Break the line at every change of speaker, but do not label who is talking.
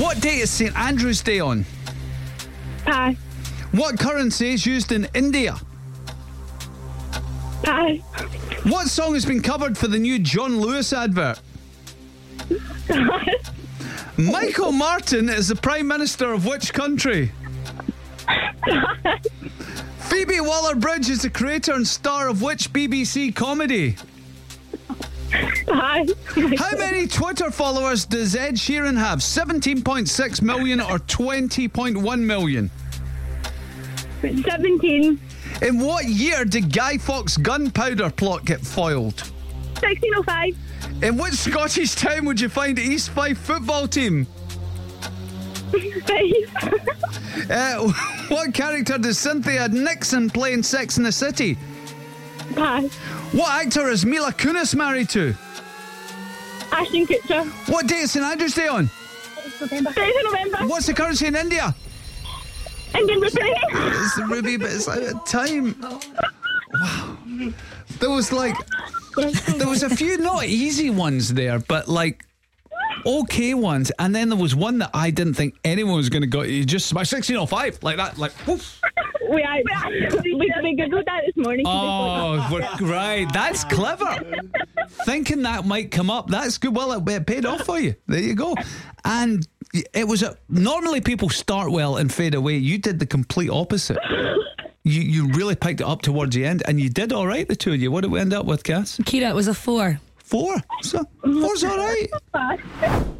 What day is St Andrew's Day on?
Pass.
What currency is used in India?
Pass.
What song has been covered for the new John Lewis advert? Michael Martin is the Prime Minister of which country? Phoebe Waller Bridge is the creator and star of which BBC comedy?
Pass.
How many Twitter followers does Ed Sheeran have? 17.6 million or 20.1 million?
17.
In what year did Guy Fawkes' gunpowder plot get foiled?
1605.
In which Scottish town would you find East Fife football team?
5.
Uh, what character does Cynthia Nixon play in Sex in the City?
Pass.
What actor is Mila Kunis married to?
Ashton Kutcher.
What day is St Andrew's Day on?
3rd of November.
What's the currency in India?
Indian rupee.
It's the ruby, but it's out of time. Wow. There was like, there was a few not easy ones there, but like okay ones, and then there was one that I didn't think anyone was going to go. You just smashed sixteen oh five like that, like. Woof.
We are. We, we googled that this morning.
Oh, we're- right. That's clever. Thinking that might come up. That's good. Well, it, it paid off for you. There you go. And it was a, normally people start well and fade away. You did the complete opposite. You you really picked it up towards the end, and you did all right. The two of you. What did we end up with, Cass?
Kira, it was a four.
Four. So four's all right.
Pass.